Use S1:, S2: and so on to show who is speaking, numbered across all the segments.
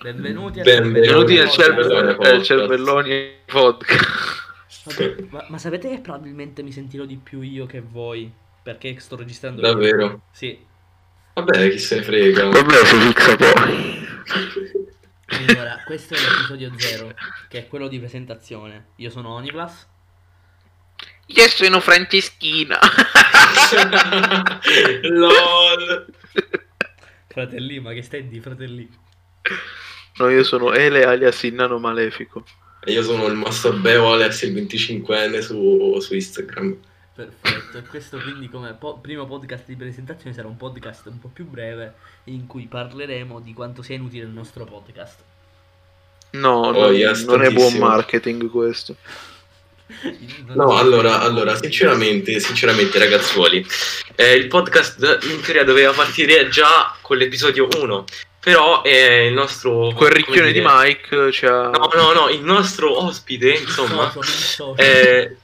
S1: Benvenuti a
S2: Benvenuti
S1: Cervelloni
S2: al
S1: Podcast.
S3: Podcast.
S2: cerve- eh, cervelloni podcast.
S1: Vabbè, Ma, ma sapete che probabilmente mi sentirò di più io che voi? Perché sto registrando io.
S3: Davvero.
S1: Sì,
S3: Vabbè, chi se ne frega.
S2: Vabbè, si fixa poi.
S1: allora, questo è l'episodio 0, che è quello di presentazione. Io sono Oniplas.
S2: Io sono Franceschina.
S3: LOL.
S1: Fratelli, ma che stai di fratelli?
S2: No, io sono Ele alias il nano malefico.
S3: E io sono il Master Beo Alex, il 25enne su, su Instagram.
S1: Perfetto, e questo quindi come po- primo podcast di presentazione sarà un podcast un po' più breve in cui parleremo di quanto sia inutile il nostro podcast.
S2: No,
S3: Oh,
S2: non-
S3: yes,
S2: non è buon
S3: tantissimo.
S2: marketing questo.
S1: Non-
S3: No, allora, allora sinceramente, sinceramente ragazzuoli, eh, il podcast in teoria doveva partire già con l'episodio 1, però eh, il nostro...
S2: Quel
S3: come
S2: ricchione di
S3: dire-
S2: Mike eh, ci ha,
S3: No, no, no, il nostro ospite,
S1: Socio,
S3: insomma,
S1: non socio.
S3: eh,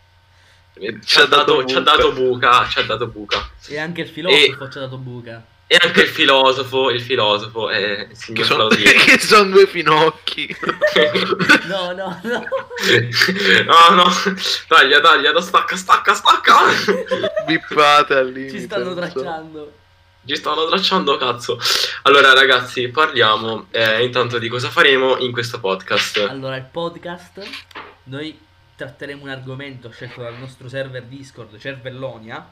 S3: ci, ha
S2: dato
S3: dato, ci ha
S2: buca.
S3: dato buca, ci ha dato buca.
S1: E anche il filosofo ci ha dato buca.
S3: E anche il filosofo, il filosofo, eh, il signor
S2: che, sono,
S3: Claudio.
S2: che son due finocchi.
S1: No, no, no.
S3: No, no, taglia, taglia, da stacca, stacca, stacca.
S2: Bippate al limite.
S1: Ci stanno
S2: non so.
S1: tracciando.
S3: Ci stanno tracciando, cazzo. Allora, ragazzi, parliamo eh, intanto di cosa faremo in questo podcast.
S1: Allora, il podcast, noi tratteremo un argomento scelto dal nostro server Discord, Cervellonia,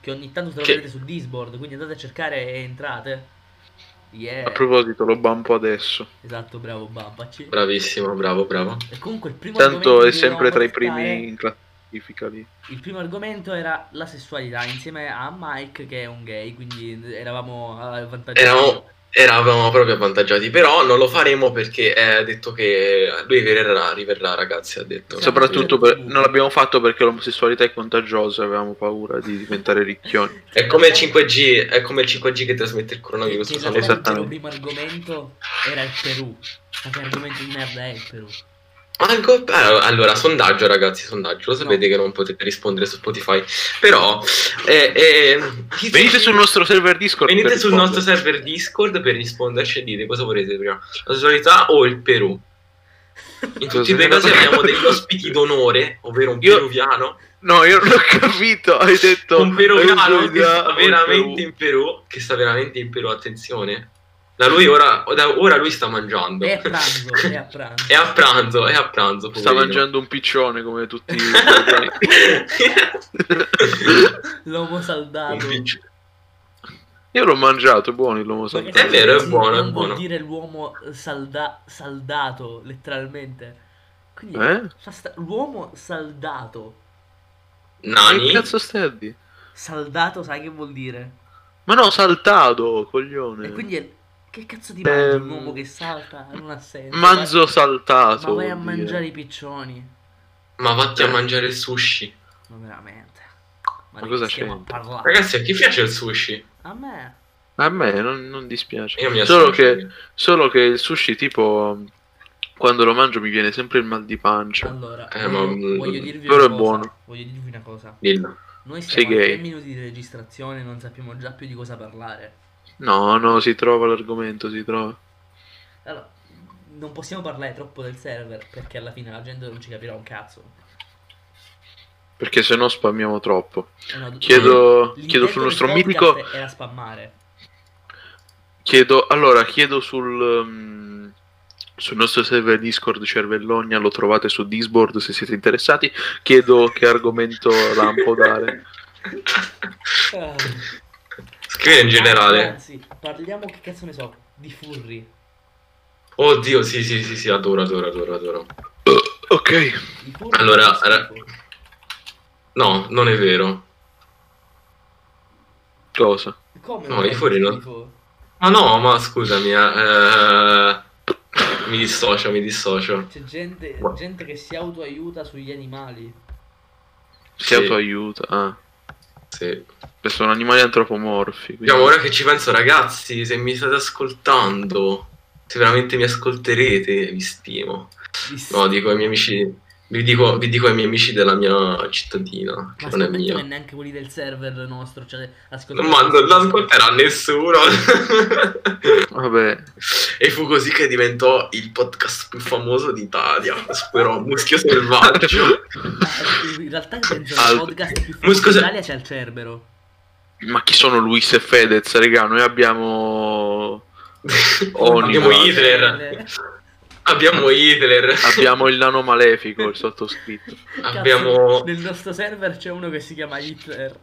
S1: che ogni tanto troverete su Discord, quindi andate a cercare e entrate.
S2: A
S1: Yeah.
S2: proposito, lo bampo adesso.
S1: Esatto, bravo, babbaci.
S3: Bravissimo, bravo, bravo.
S1: E comunque il primo
S2: Tanto
S1: argomento
S2: è
S1: che volevamo
S2: sempre tra i
S1: trattare-
S2: primi in classifica lì.
S1: Il primo argomento era la sessualità, insieme a Mike che è un gay, quindi eravamo avvantaggiati.
S3: Eravamo- Eravamo proprio avvantaggiati, però non lo faremo perché eh, ha detto che lui verrà, riverrà, ragazzi, ha detto.
S1: Sì,
S2: Soprattutto per-
S1: Comunque.
S2: non l'abbiamo fatto perché l'omosessualità è contagiosa, avevamo paura di diventare
S1: Cioè,
S2: ricchioni.
S3: È come il 5G, è come il 5G che trasmette il coronavirus.
S1: Che
S3: sanno
S1: realtà
S2: Esattamente.
S1: il primo argomento era il Perù. Ma che argomento di merda è il Perù?
S3: Anco- eh, Allora, sondaggio ragazzi, sondaggio, lo sapete che non potete rispondere su Spotify, però eh, eh, chi-
S2: Venite sul nostro server Discord.
S3: venite
S2: per
S3: sul
S2: rispondere.
S3: nostro server Discord per risponderci e dire cosa volete prima, la sessualità o il Perù. In tutti
S2: Cosa?
S3: e due i casi abbiamo degli ospiti d'onore, ovvero un
S2: Io-
S3: peruviano,
S2: No, io non ho capito, hai detto...
S3: un peruviano che sta
S2: un
S3: veramente in Perù, che sta veramente in Perù, attenzione. Da lui ora, da ora lui sta mangiando.
S1: È a pranzo, è a pranzo.
S3: È a pranzo, è a pranzo.
S2: Sta
S3: poverino.
S2: mangiando un piccione come tutti i peruviani.
S1: L'uomo saldato.
S3: Un picci-
S2: Io l'ho mangiato, è buono l'uomo
S1: Ma che
S2: saldato.
S3: È vero, è
S1: non-
S3: buono, è
S1: Non
S3: buono.
S1: vuol dire l'uomo salda- saldato, letteralmente. Quindi
S2: Eh?
S1: fa sta- l'uomo saldato.
S2: Che
S3: Nani?
S2: cazzo stai a dire?
S1: Saldato sai che vuol dire?
S2: Ma no, saltato, coglione.
S1: E quindi è- che cazzo ti mangi un
S2: Eh. Ehm,
S1: uomo che salta? Non ha senso.
S2: Manzo
S1: Ma-
S2: saltato.
S1: Ma vai a
S2: vuol dire.
S1: mangiare i piccioni.
S3: Ma vatti
S2: Eh.
S3: a mangiare il sushi.
S1: Ma veramente.
S2: Ma
S1: di
S2: cosa
S1: che stiamo a
S2: c'entra?
S1: parlare?
S3: Ragazzi, a chi piace il sushi?
S1: A me.
S2: A me non, non dispiace.
S3: Io mi
S2: Solo
S3: associo.
S2: che, solo che il sushi, tipo, quando lo mangio mi viene sempre il mal di pancia.
S1: Allora,
S3: Eh,
S1: voglio,
S3: ma-
S1: voglio dirvi una
S2: però è
S1: cosa.
S2: buono.
S1: Voglio dirvi una cosa.
S3: Dillo.
S1: Noi
S2: Sei
S1: siamo a
S2: gay.
S1: 3 minuti di registrazione e non sappiamo già più di cosa parlare.
S2: No, no, si trova l'argomento, si trova.
S1: Allora, non possiamo parlare troppo del server perché alla fine la gente non ci capirà un cazzo.
S2: Perché se no spammiamo troppo.
S1: Eh no,
S2: Chiedo,
S3: Mm.
S1: l'intento
S2: chiedo sul
S1: del
S2: nostro
S1: podcast
S2: mitico.
S1: Era spammare.
S2: Chiedo, allora, chiedo sul, mm, sul nostro server Discord Cervellogna, lo trovate su Discord se siete interessati. Chiedo che argomento lampo dare.
S1: Ah.
S3: Scrive in
S2: Eh.
S3: generale.
S1: Anzi, parliamo che cazzo ne so. Di furri.
S3: Oddio, sì, sì, sì, sì, adoro, adoro, adoro, adoro.
S2: Ok,
S1: I furri
S3: Allora,
S1: fanno
S3: ra-
S1: schifo.
S3: No, non è vero.
S2: cosa?
S1: Come
S3: no,
S1: fanno
S3: i furri no.
S1: schifo?
S3: Ma no, ma scusami, eh, eh, mi dissocio, mi dissocio.
S1: C'è gente,
S3: Guarda.
S1: gente che si autoaiuta sugli animali.
S2: Si
S3: Sì.
S2: autoaiuta. Ah,
S3: Sì.
S2: beh, sono animali antropomorfi. quindi-
S3: Diciamo, ora che ci penso, ragazzi, se mi state ascoltando, se veramente mi ascolterete, vi stimo. No, dico ai miei amici, Vi dico, vi dico ai miei amici della mia cittadina, che
S1: Ma
S3: non è
S1: scommetto che
S3: mia.
S1: neanche quelli del server nostro, cioè, ascoltano.
S3: Ma non l'ascolterà nessuno.
S2: Vabbè,
S3: e fu così che diventò il podcast più famoso d'Italia. Spero, Muschio Selvaggio.
S1: Ma, In realtà penso che il
S2: Alto.
S1: podcast più
S3: Ma
S1: famoso
S3: scusa-
S1: d'Italia c'è il Cerbero.
S2: ma chi sono Luis e Fedez, regà? Noi abbiamo... Oni,
S3: Abbiamo
S2: guarda.
S3: Hitler. Abbiamo Hitler.
S2: Abbiamo il nano malefico, il sottoscritto.
S1: Cazzo,
S3: Abbiamo-
S1: Nel nostro server c'è uno che si chiama Hitler.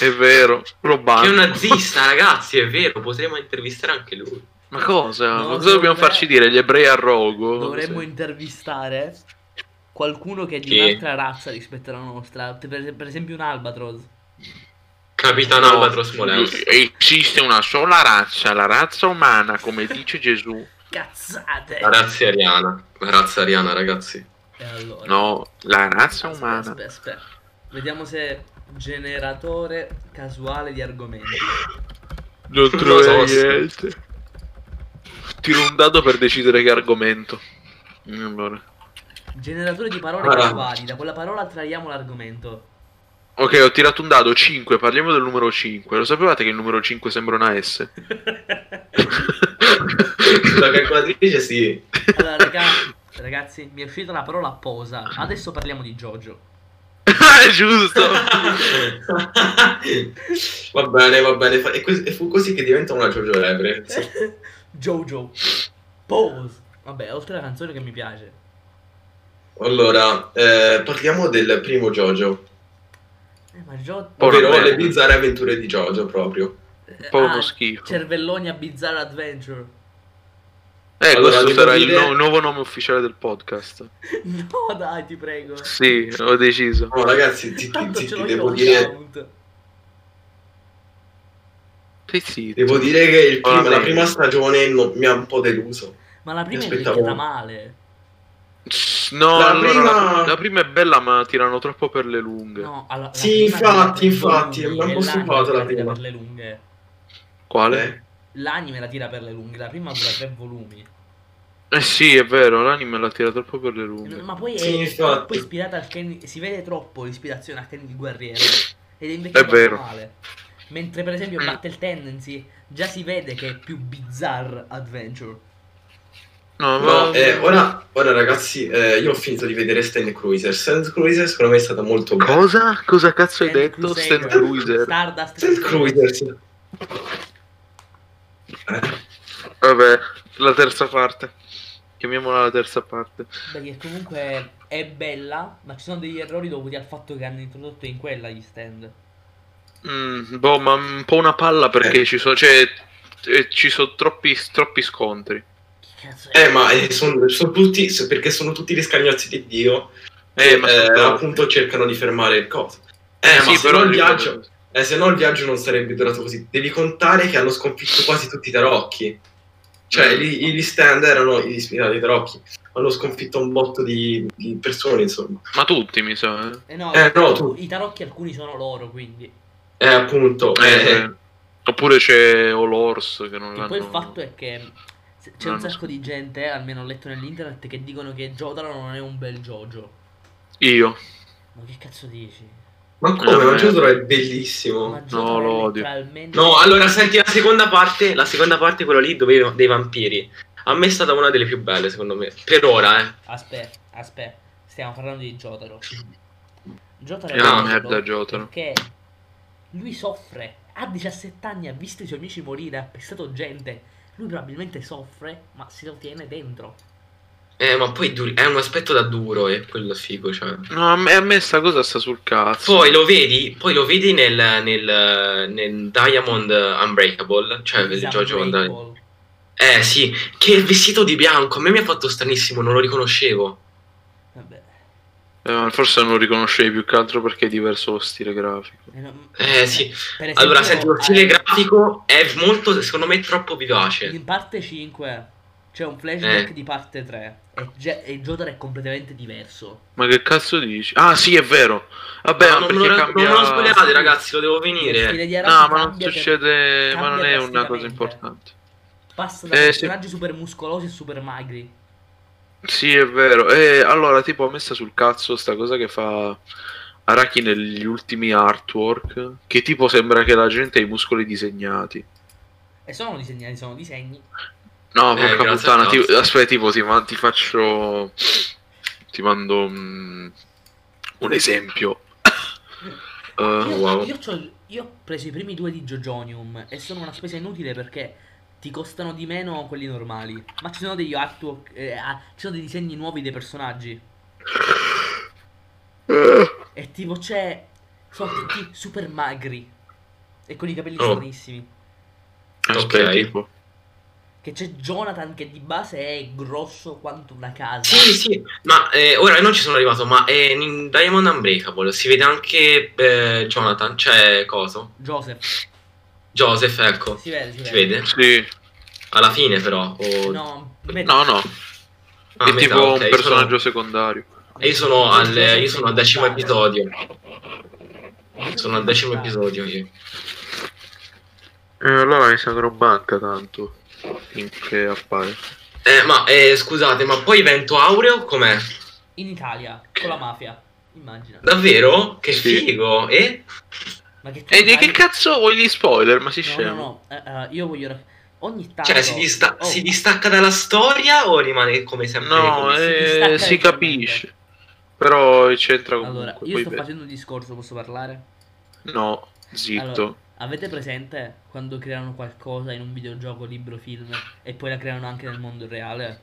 S2: È vero,
S3: Che è
S2: Robano.
S3: un nazista, ragazzi, è vero, potremmo intervistare anche lui.
S2: Ma cosa?
S1: No,
S2: Ma cosa dobbiamo
S1: dovre-
S2: farci dire? Gli ebrei a rogo?
S1: Dovremmo
S2: Sì.
S1: intervistare qualcuno che è di
S3: Chi?
S1: un'altra razza rispetto alla nostra. Per, per esempio un albatros.
S3: Capitano
S2: No,
S3: Albatros Moleus.
S2: Esiste una sola razza, la razza umana, come dice Gesù.
S1: Cazzate!
S3: La razza ariana. La razza ariana, ragazzi.
S1: E allora?
S2: No, la razza
S1: Aspetta,
S2: umana.
S1: aspetta, aspetta. Vediamo se generatore casuale di argomenti.
S2: Non
S3: trovo
S2: trovo
S3: niente.
S2: niente. Tiro un dado per decidere che argomento. Allora.
S1: Generatore di parole
S3: Guarda.
S1: casuali. Da quella parola traiamo l'argomento.
S2: Ok, ho tirato un dado 5, parliamo del numero 5. Lo sapevate che il numero 5 sembra una S?
S3: La calcolatrice sì.
S1: allora, raga, ragazzi, mi è uscita la parola posa. Adesso parliamo di Jojo.
S2: Ah, giusto.
S3: va bene, va bene. Fa- E, que- e fu così che diventa una Jojo Lebre.
S1: Jojo. Pose. Vabbè, oltre alla canzone che mi piace.
S3: Allora, eh, parliamo del primo Jojo.
S1: Eh, ma Jojo...
S2: Porno
S3: Ovvero
S2: bene.
S3: le bizzarre avventure di Jojo proprio.
S1: Eh,
S2: po'
S1: ah,
S2: uno schifo.
S1: Cervellonia Bizarre Adventure.
S2: Eh,
S3: Allora,
S2: questo
S3: devo
S2: sarà il
S3: dire-
S2: no- nuovo nome ufficiale del podcast.
S1: No, dai, ti prego.
S2: Sì, ho deciso.
S3: No, ragazzi, zitti,
S1: Tanto ce
S3: zitti,
S1: l'ho
S3: devo
S1: io
S3: dire,
S1: l'account.
S2: Sì, sì.
S3: devo dire che il primo- la
S2: Veramente.
S3: prima stagione non- mi ha un po' deluso.
S1: Ma la prima è
S3: aspettavo-
S1: invecchiata male.
S2: No,
S3: La
S2: allora, la,
S3: prima-
S2: la prima è bella, ma tirano troppo per le lunghe.
S1: No, alla- la
S3: Sì,
S1: prima
S3: infatti,
S1: tira per i
S3: infatti,
S1: lunghi
S3: mi
S1: e
S3: ha un po'
S1: l'anime
S3: stufato la
S1: tira
S3: prima.
S1: Per le lunghe.
S3: eh.
S2: Quale?
S1: L'anime la tira per le lunghe, la prima dura tre volumi.
S2: Eh sì, è vero, l'anime la tira troppo per le lunghe.
S1: Ma poi è
S3: Sì, infatti.
S1: troppo ispirata al Kenny. Si vede troppo l'ispirazione al Kenny di Guerriero. Ed è invecchiato
S2: È vero.
S1: male. Mentre per esempio
S2: Mm.
S1: Battle Tendency già si vede che è più bizarre adventure.
S2: No,
S3: No,
S2: ma...
S3: eh, ora, ora, ragazzi, eh, io ho finito di vedere Stan Cruiser. Stan Cruiser secondo me è stata molto bella.
S2: Cosa? Cosa cazzo hai
S1: Stan
S2: detto?
S1: Cruiser.
S2: Stan Cruiser.
S1: Stardust
S3: Stan Cruiser. sì.
S2: Vabbè, la terza parte. Chiamiamola la terza parte.
S1: Beh, che comunque è bella, ma ci sono degli errori dovuti al fatto che hanno introdotto in quella gli stand.
S2: Mm, boh, ma un po' una palla perché ci sono... Cioè, eh, ci sono troppi, troppi scontri.
S1: Che cazzo è?
S3: Eh, ma eh, sono, sono tutti, so- perché sono tutti riscagnazzi di Dio.
S2: Eh, ma
S3: eh,
S2: sono troppi.
S3: appunto cercano di fermare il coso. Eh, ma
S2: sì,
S3: se no il
S2: li-
S3: viaggio, eh, se no il viaggio non sarebbe durato così. Devi contare che hanno sconfitto quasi tutti i tarocchi. Cioè,
S2: Mm.
S3: gli, gli stand erano gli ispirati ai tarocchi. Hanno sconfitto un botto di, di persone, insomma.
S2: Ma tutti, mi sa. eh.
S1: Eh no,
S3: eh, no,
S1: i-
S3: tu-
S1: i tarocchi alcuni sono loro, quindi.
S3: Eh, appunto.
S2: Eh,
S3: eh,
S2: Oppure c'è Olors che non
S1: Che
S2: l'hanno...
S1: poi il fatto è che se- c'è
S2: No,
S1: un
S2: no.
S1: sacco di gente, eh, almeno ho letto nell'internet, che dicono che Jotaro non è un bel Jojo.
S2: Io.
S1: Ma che cazzo dici?
S3: Ma come?
S2: Eh,
S3: Ma
S2: eh.
S3: Giotaro è bellissimo.
S1: Ma Jotaro
S2: lo
S1: è
S2: odio.
S1: letteralmente...
S3: No, allora senti la seconda parte, la seconda parte quella lì dove dei vampiri. A me è stata una delle più belle, secondo me. Per ora, eh.
S1: Aspetta, aspetta, stiamo parlando di Jotaro. Jotaro
S2: È una
S1: bello
S2: merda, Jotaro.
S1: Perché lui soffre, ha 17 anni, ha visto i suoi amici morire, ha pestato gente. Lui probabilmente soffre, ma si lo tiene dentro.
S3: Eh, ma poi du- è un aspetto da duro, è quello figo, cioè.
S2: No, a me, a me sta cosa sta sul cazzo.
S3: Poi lo vedi, poi lo vedi nel, nel- nel Diamond Unbreakable,
S2: Eh,
S3: cioè il
S1: He's
S3: Giorgio Van Dyne.
S1: unbreakable.
S3: Eh sì, che è vestito di bianco, a me mi ha fatto stranissimo, non lo riconoscevo.
S1: Vabbè.
S2: Eh, ma forse non lo riconoscevi più che altro perché è diverso lo stile grafico.
S1: Eh, no,
S3: Eh, sì.
S1: per esempio,
S3: Allora, senti, lo stile
S1: eh,
S3: grafico è molto, secondo me, troppo vivace.
S1: In parte 5 c'è un flashback
S3: Eh.
S1: di parte 3 e, Ge- e Jotaro è completamente diverso.
S2: Ma che cazzo dici? Ah, sì, è vero. Vabbè,
S3: Ma
S2: ma
S3: non,
S2: perché
S3: me lo,
S2: cambia...
S3: non me lo spoilerate, ragazzi, lo devo venire.
S1: Lo stile di Araki
S2: No, ma non
S1: cambia per-
S2: succede... Ma
S1: cambia
S2: non è una cosa
S1: drasticamente.
S2: importante.
S1: Passa da
S2: Eh, sì.
S1: personaggi super muscolosi e super magri.
S2: Sì, è vero. E allora, tipo, ho messa sul cazzo sta cosa che fa Araki negli ultimi artwork, che tipo sembra che la gente ha i muscoli disegnati.
S1: E sono disegnati, sono disegni.
S2: No,
S3: Eh,
S2: porca
S3: grazie
S2: puttana,
S3: al
S2: ti-
S3: cazzo.
S2: aspetta, tipo, ti, ma- ti faccio... Ti mando mm, un esempio. Eh,
S1: io,
S3: wow.
S1: io c'ho- io ho preso i primi due di Jojonium e sono una spesa inutile perché ti costano di meno quelli normali. Ma ci sono degli artwork, eh, ah, ci sono dei disegni nuovi dei personaggi. E tipo c'è. Sono tutti super magri. E con i capelli
S3: Oh.
S1: stranissimi.
S2: aspetta,
S3: Ok.
S2: tipo.
S1: Che c'è Jonathan che di base è grosso quanto una casa.
S3: Sì, sì, ma eh, ora non ci sono arrivato, ma eh, in Diamond Unbreakable si vede anche eh, Jonathan, cioè coso,
S1: Joseph.
S3: Joseph, ecco,
S1: Si vede, si
S3: si
S1: vede.
S3: vede?
S2: Sì.
S3: Alla fine però, o-
S1: No, vedi,
S2: No, no,
S3: Ah,
S2: è
S3: metà,
S2: tipo
S3: ok,
S2: un
S3: io
S2: personaggio
S3: sono-
S2: secondario.
S3: e Io sono al, io sono al decimo
S1: Joseph è
S3: episodio,
S1: montato.
S3: sono al decimo episodio io.
S2: Eh, allora mi sembra banca tanto. Finché appare.
S3: Eh, ma eh, scusate, ma poi Vento Aureo com'è?
S1: In Italia, con la mafia. Immagina.
S3: Davvero? Che
S2: Sì.
S3: figo, eh?
S1: Ma che, tu
S2: E di
S1: sai-
S2: che cazzo vuoi gli spoiler? Ma si
S1: No, no,
S2: scemo.
S1: no. eh, eh, io voglio. rac- Ogni tanto.
S3: Cioè, si, dista-
S1: Oh,
S3: si distacca dalla storia o rimane come sempre?
S2: No,
S3: come-
S2: eh,
S1: si
S2: si
S1: distacca
S2: capisce. Però c'entra comunque.
S1: Allora, io
S2: poi
S1: sto
S2: vedi.
S1: facendo un discorso, posso parlare?
S2: No, zitto.
S1: Allora, avete presente quando creano qualcosa in un videogioco, libro, film e poi la creano anche nel mondo reale?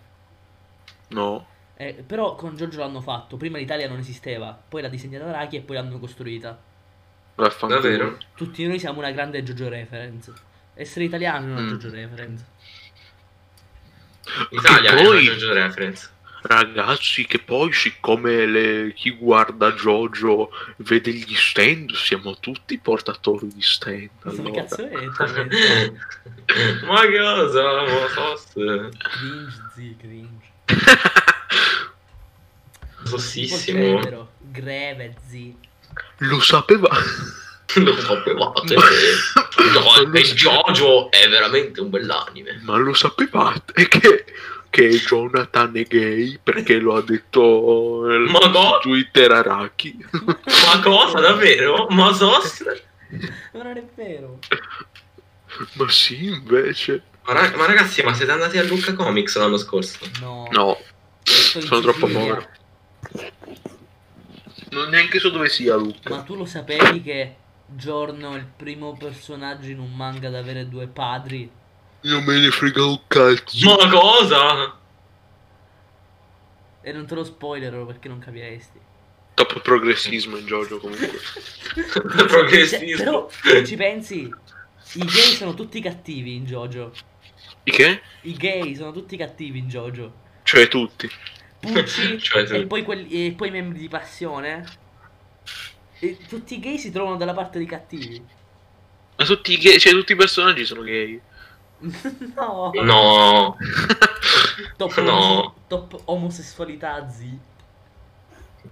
S2: No.
S1: Eh, però con Giorgio l'hanno fatto, prima l'Italia non esisteva, poi l'ha disegnata Araki e poi l'hanno costruita.
S2: Vaffanculo.
S3: Davvero?
S1: Tutti noi siamo una grande Giorgio reference. Essere italiano è una
S2: Mm.
S1: Giorgio reference.
S3: Italia
S2: Che
S3: è una
S2: poi-
S3: JoJo reference.
S2: Ragazzi, che poi siccome le- chi guarda Jojo vede gli stand, siamo tutti portatori di stand.
S1: Ma
S2: Allora.
S1: cazzo è? Vinge,
S3: Ma che cosa? Ma fosse-
S1: zi, cringe.
S3: Sossissimo.
S1: Polpevero, Greve, zi.
S2: Lo sapeva.
S3: Lo sapevate. No, e Jojo è veramente un bell'anime.
S2: Ma lo sapevate che, che Jonathan è gay perché lo ha detto eh,
S3: Ma no!
S2: su Twitter Araki.
S3: Ma cosa davvero? Ma sos?
S1: Ma non è vero.
S2: Ma sì, invece.
S3: Ma, ra- ma ragazzi, ma siete andati a Lucca Comics l'anno scorso?
S1: No.
S2: No,
S1: Sto in
S2: sono troppo
S1: Sicilia.
S2: povero. Non neanche so dove sia
S1: Ma
S2: Luca.
S1: tu lo sapevi che Giorno è il primo personaggio in un manga ad avere due padri?
S2: Non me ne frega un cazzo.
S3: Ma cosa?
S1: E non te lo spoilerò perché non capiresti.
S2: Troppo progressismo in Jojo comunque.
S1: Cioè,
S3: Progressismo.
S1: però se ci pensi, i gay sono tutti cattivi in Jojo.
S2: I che?
S1: I gay sono tutti cattivi in Jojo.
S2: Cioè tutti.
S1: Pucci
S3: Cioè,
S1: e poi, quelli, e poi i membri di passione. E tutti i gay si trovano dalla parte dei cattivi.
S2: Ma tutti i gay, cioè tutti i personaggi sono gay.
S1: no.
S3: No.
S1: Top,
S3: No.
S1: top omosessualità, zi.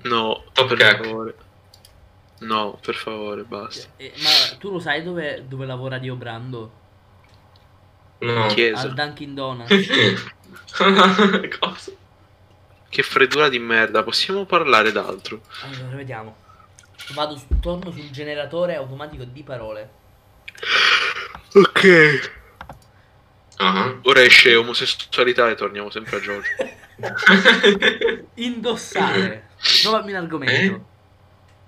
S2: No,
S3: Top
S2: per
S3: gag.
S2: favore. No, per favore, basta.
S1: Eh, ma tu lo sai dove, dove lavora Dio Brando?
S3: No.
S1: Al
S2: Chiesa.
S1: Dunkin' Donuts.
S3: cosa?
S2: Che freddura di merda, possiamo parlare d'altro.
S1: Allora, vediamo. Vado su, torno sul generatore automatico di parole.
S2: Ok.
S3: Ah.
S2: Ora esce omosessualità e torniamo sempre a Jojo.
S1: Indossare. Trovami un
S3: Eh?
S1: argomento.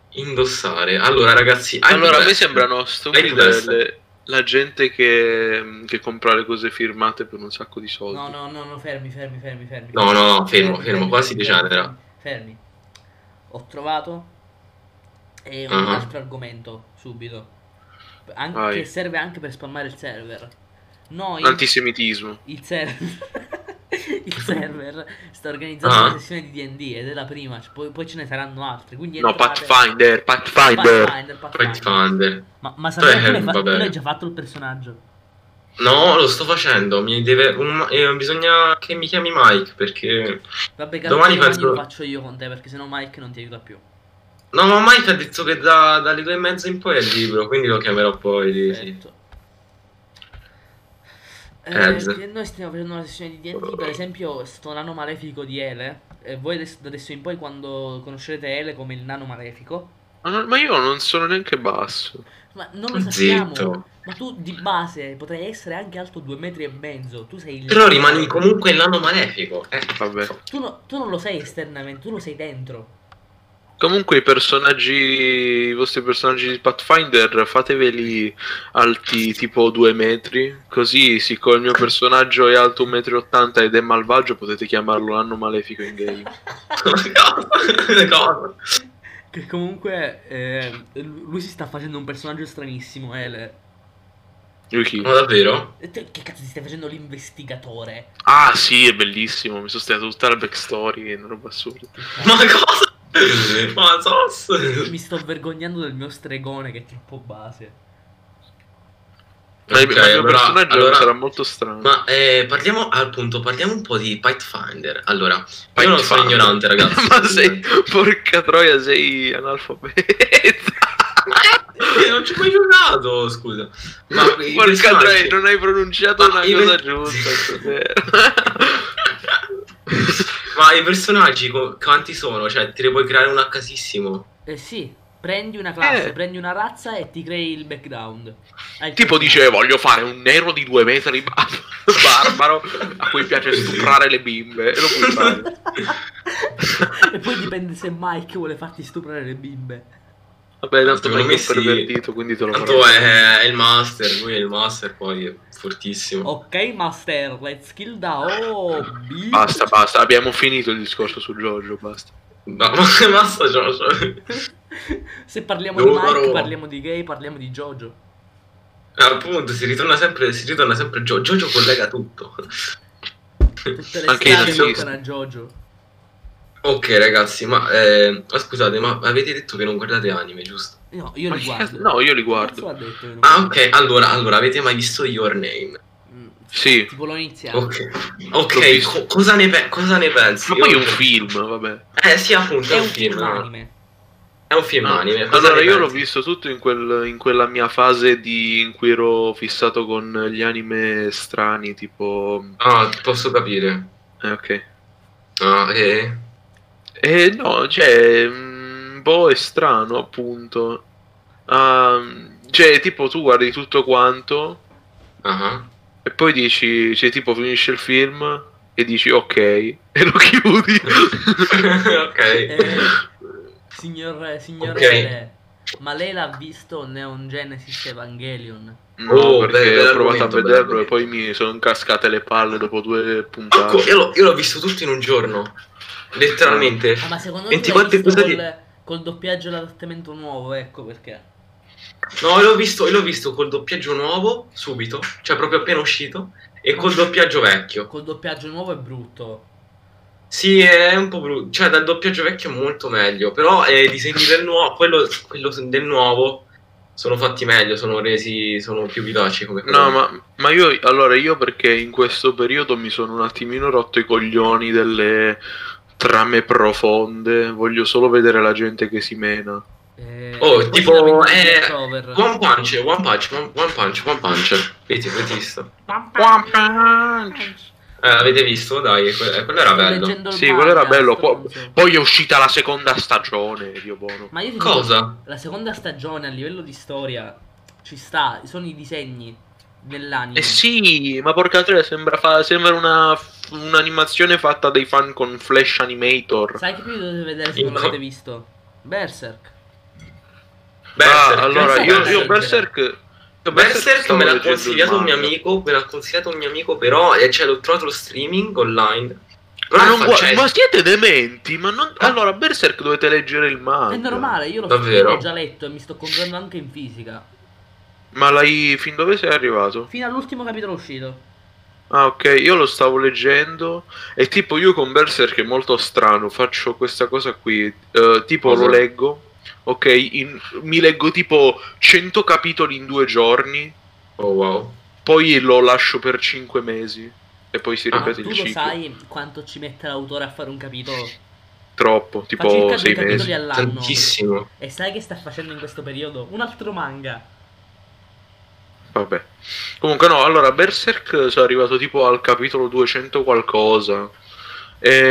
S3: Indossare. Allora, ragazzi. anche
S2: allora, a me
S3: questo-
S2: sembrano stupide
S3: questo?
S2: le- la gente che, che compra le cose firmate per un sacco di soldi.
S1: No, no, no, no, fermi, fermi, fermi, fermi.
S3: No, no, no, fermo,
S1: Fermi,
S3: fermo,
S1: fermi,
S3: qua si
S1: fermi,
S3: degenera.
S1: fermi, Fermi. Ho trovato eh, un
S3: Ah.
S1: altro argomento subito. An-
S2: Vai.
S1: che serve anche per spammare il server. Noi
S2: Antisemitismo.
S1: il server, il server sta organizzando
S3: Ah.
S1: una sessione di DD ed è la prima, c- poi, poi ce ne saranno altri. Quindi
S2: No,
S1: entrate-
S2: Pathfinder, Pathfinder.
S1: Pathfinder, Pathfinder.
S3: Pathfinder.
S1: Ma, ma Sabrina, tu,
S3: Eh,
S1: l'hai fa- tu
S3: vabbè.
S1: l'hai già fatto il personaggio?
S3: No, lo sto facendo. Mi deve. un- eh, bisogna che mi chiami Mike perché.
S1: Vabbè, cazzo,
S3: Domani
S1: domani,
S3: faccio-
S1: lo faccio io con te perché sennò Mike non ti aiuta più.
S3: No, ma Mike ha detto che da- dalle due e
S1: Eh,
S3: mezza in poi è libero, quindi lo chiamerò poi. sì, sì.
S1: Perfetto. Eh,
S3: Ezz.
S1: noi stiamo facendo una sessione di D&D,
S3: Oh.
S1: per esempio è stato nano malefico di Ele. E voi adesso, da adesso in poi quando conoscerete Ele come il nano malefico,
S2: Ma, non- ma io non sono neanche basso.
S1: ma non lo sappiamo.
S3: Zitto.
S1: Ma tu di base potrai essere anche alto due metri e mezzo. Tu sei il...
S3: Però rimani comunque il nano malefico. Eh.
S2: Vabbè.
S1: Tu, no- tu non lo sei esternamente, tu lo sei dentro.
S2: Comunque i personaggi, i vostri personaggi di Pathfinder fateveli alti tipo 2 metri, così siccome il mio personaggio è alto 1,80 m ed è malvagio potete chiamarlo anno malefico in game.
S3: No.
S1: Che comunque eh, lui si sta facendo un personaggio stranissimo, Ele.
S2: Yuki.
S3: Ma davvero?
S1: E te- Che cazzo ti stai facendo l'investigatore?
S2: Ah sì, è bellissimo, mi sono studiato tutta la backstory, è una roba assurda.
S1: Che cazzo?
S3: Ma cosa? Ma sos?
S1: Mi sto vergognando del mio stregone che è troppo base.
S3: Ok,
S2: Ma il- ma il mio
S3: allora-
S2: personaggio
S3: allora-
S2: sarà molto strano.
S3: Ma eh, parliamo al punto, parliamo un po' di Pathfinder. Allora, io non sono
S2: Pathfinder.
S3: ignorante, ragazzi.
S2: ma sei, porca troia, sei analfabeta.
S3: Eh, non ci ho mai giocato, scusa. Ma i
S2: Porca
S3: personaggi-
S2: troia, non hai pronunciato
S3: Ma
S2: una
S3: i
S2: cosa
S3: pe-
S2: giusta. stasera.
S3: Ma i personaggi co- quanti sono? Cioè, te ne puoi creare uno a casissimo.
S1: Eh sì, prendi una classe,
S2: Eh.
S1: prendi una razza e ti crei il background. Hai il
S2: tipo
S1: personaggio.
S2: eh. dice voglio fare un nero di due metri bar- barbaro a cui piace stuprare le bimbe. E lo puoi fare.
S1: e poi dipende se Mike vuole farti stuprare le bimbe.
S2: Vabbè, tanto
S3: Secondo
S2: Mike è
S3: me
S2: un
S3: sì.
S2: pervertito, quindi te lo farò.
S3: Tanto è, è il master, lui è il master, poi è fortissimo.
S2: Oh.
S1: Ok, master, let's kill da hobby.
S2: Basta, basta, abbiamo finito il discorso su Giorgio, basta.
S3: Ma, ma che massa Giorgio?
S1: se parliamo di
S3: Loro.
S1: Mike, parliamo di gay, parliamo di Jojo.
S3: Appunto, si ritorna sempre, si ritorna sempre Gio- Giorgio. collega tutto.
S1: Tutte le
S2: Anche i
S1: strade
S2: nazisti.
S1: portano a Jojo.
S3: Ok, ragazzi, ma, eh, ma scusate, ma avete detto che non guardate anime, giusto?
S1: No, io
S2: Ma
S1: li
S2: chi
S1: guardo.
S2: cazzo- no, io li
S1: Che
S2: guardo.
S1: cazzo ha detto che non
S3: Ah,
S1: guardo?
S3: ok, allora, allora, avete mai visto Your Name?
S1: Mm,
S2: Sì.
S1: Tipo l'ho iniziato.
S3: Ok,
S2: L'ho
S3: ok,
S2: visto.
S3: co- cosa, ne pe- cosa ne pensi?
S2: Ma poi è
S3: Io-
S2: un film, vabbè.
S3: Eh sì, appunto,
S1: È un film anime.
S3: È un film anime. cosa
S2: allora,
S3: ne
S2: io l'ho
S3: pensi?
S2: visto tutto in, quel- in quella mia fase di, in cui ero fissato con gli anime strani, tipo...
S3: Ah, posso capire.
S2: Eh, ok.
S3: Ah, eh.
S2: Eh, no, cioè, mm, boh, è strano, appunto. Ah, cioè, tipo, tu guardi tutto quanto
S3: Ah.
S2: e poi dici, cioè, tipo, finisce il film e dici, ok, e lo chiudi.
S3: ok.
S1: Eh, signor, signor
S3: Ok.
S1: Ele, ma lei l'ha visto Neon Genesis Evangelion?
S2: No,
S3: Oh,
S2: perché
S3: bel- bel
S2: ho provato a
S3: argomento, bel
S2: vederlo e
S3: argomento. Ecco,
S2: poi mi sono cascate le palle dopo due
S3: Porco,
S2: puntate.
S3: io, l'ho, io l'ho visto tutto in un giorno. Letteralmente.
S1: Ah, ma secondo me
S3: 24
S1: l'hai visto
S3: episodi.
S1: col, col doppiaggio e l'adattamento nuovo, ecco perché.
S3: No, l'ho visto, l'ho visto col doppiaggio nuovo, subito, cioè proprio appena uscito, e col doppiaggio vecchio.
S1: Col doppiaggio nuovo è brutto.
S3: Sì, è un po' brutto. Cioè, dal doppiaggio vecchio è molto meglio. Però eh, i disegni del nuovo, quello, quello del nuovo, sono fatti meglio, sono resi, sono più vivaci come
S2: No, ma, ma io, allora, io perché in questo periodo mi sono un attimino rotto i coglioni delle trame profonde, voglio solo vedere la gente che si mena.
S1: Eh,
S3: Oh,
S1: poi
S3: tipo,
S1: si lamenta di
S3: eh,
S1: crossover.
S3: One Punch, One Punch, One, One Punch, One Punch. Vedi, avete visto?
S2: One Punch!
S3: Eh, avete visto? Dai, que- eh, quello era
S1: Sto
S3: bello.
S1: leggendo il
S2: Sì,
S1: manga,
S2: quello era bello.
S1: sto
S2: po-
S1: stronzo.
S2: poi è uscita la seconda stagione, Dio buono.
S1: Ma io ti dico,
S2: Ah,
S3: Cosa?
S1: la seconda stagione a livello di storia ci sta, sono i disegni dell'anime.
S2: Eh sì, ma porca troia, sembra, fa- sembra una, un'animazione fatta dai fan con Flash Animator.
S1: Sai che qui dovete vedere se
S3: In
S1: non
S3: co-
S1: l'avete visto? Berserk.
S3: Berserk.
S2: ah, allora, io,
S1: Berserk.
S2: io Berserk... io
S3: Berserk
S2: stavo
S3: me l'ha
S2: leggendo il
S3: consigliato un mio
S2: manga.
S3: amico, me l'ha consigliato un mio amico, però eh, cioè, l'ho trovato lo streaming online. Però
S2: Ma,
S3: è
S2: Ah, non gua-
S3: francese.
S2: ma siete dementi? Ma non-
S3: Ah.
S2: Allora, Berserk dovete leggere il manga.
S1: È normale, io l'ho,
S3: Davvero?
S1: l'ho già letto e mi sto comprando anche in fisica.
S2: Ma l'hai... fin dove sei arrivato?
S1: Fino all'ultimo capitolo uscito.
S2: Ah, ok, io lo stavo leggendo e tipo io con Berserk è molto strano, faccio questa cosa qui, eh, tipo
S3: Cosa?
S2: lo leggo, ok, in- mi leggo tipo 100 capitoli in due giorni,
S3: Oh wow.
S2: poi lo lascio per 5 mesi e poi si
S3: Ah,
S1: Ma
S2: ripete
S1: tu
S2: il
S1: lo
S2: ciclo.
S1: sai quanto ci mette l'autore a fare un capitolo?
S2: Troppo,
S1: Fa circa
S2: tipo
S1: due
S2: 6
S1: capitoli
S2: mesi.
S1: all'anno.
S3: Tantissimo.
S1: E sai che sta facendo in questo periodo? Un altro manga.
S2: Vabbè. Comunque no, allora Berserk sono arrivato tipo al capitolo 200 qualcosa. E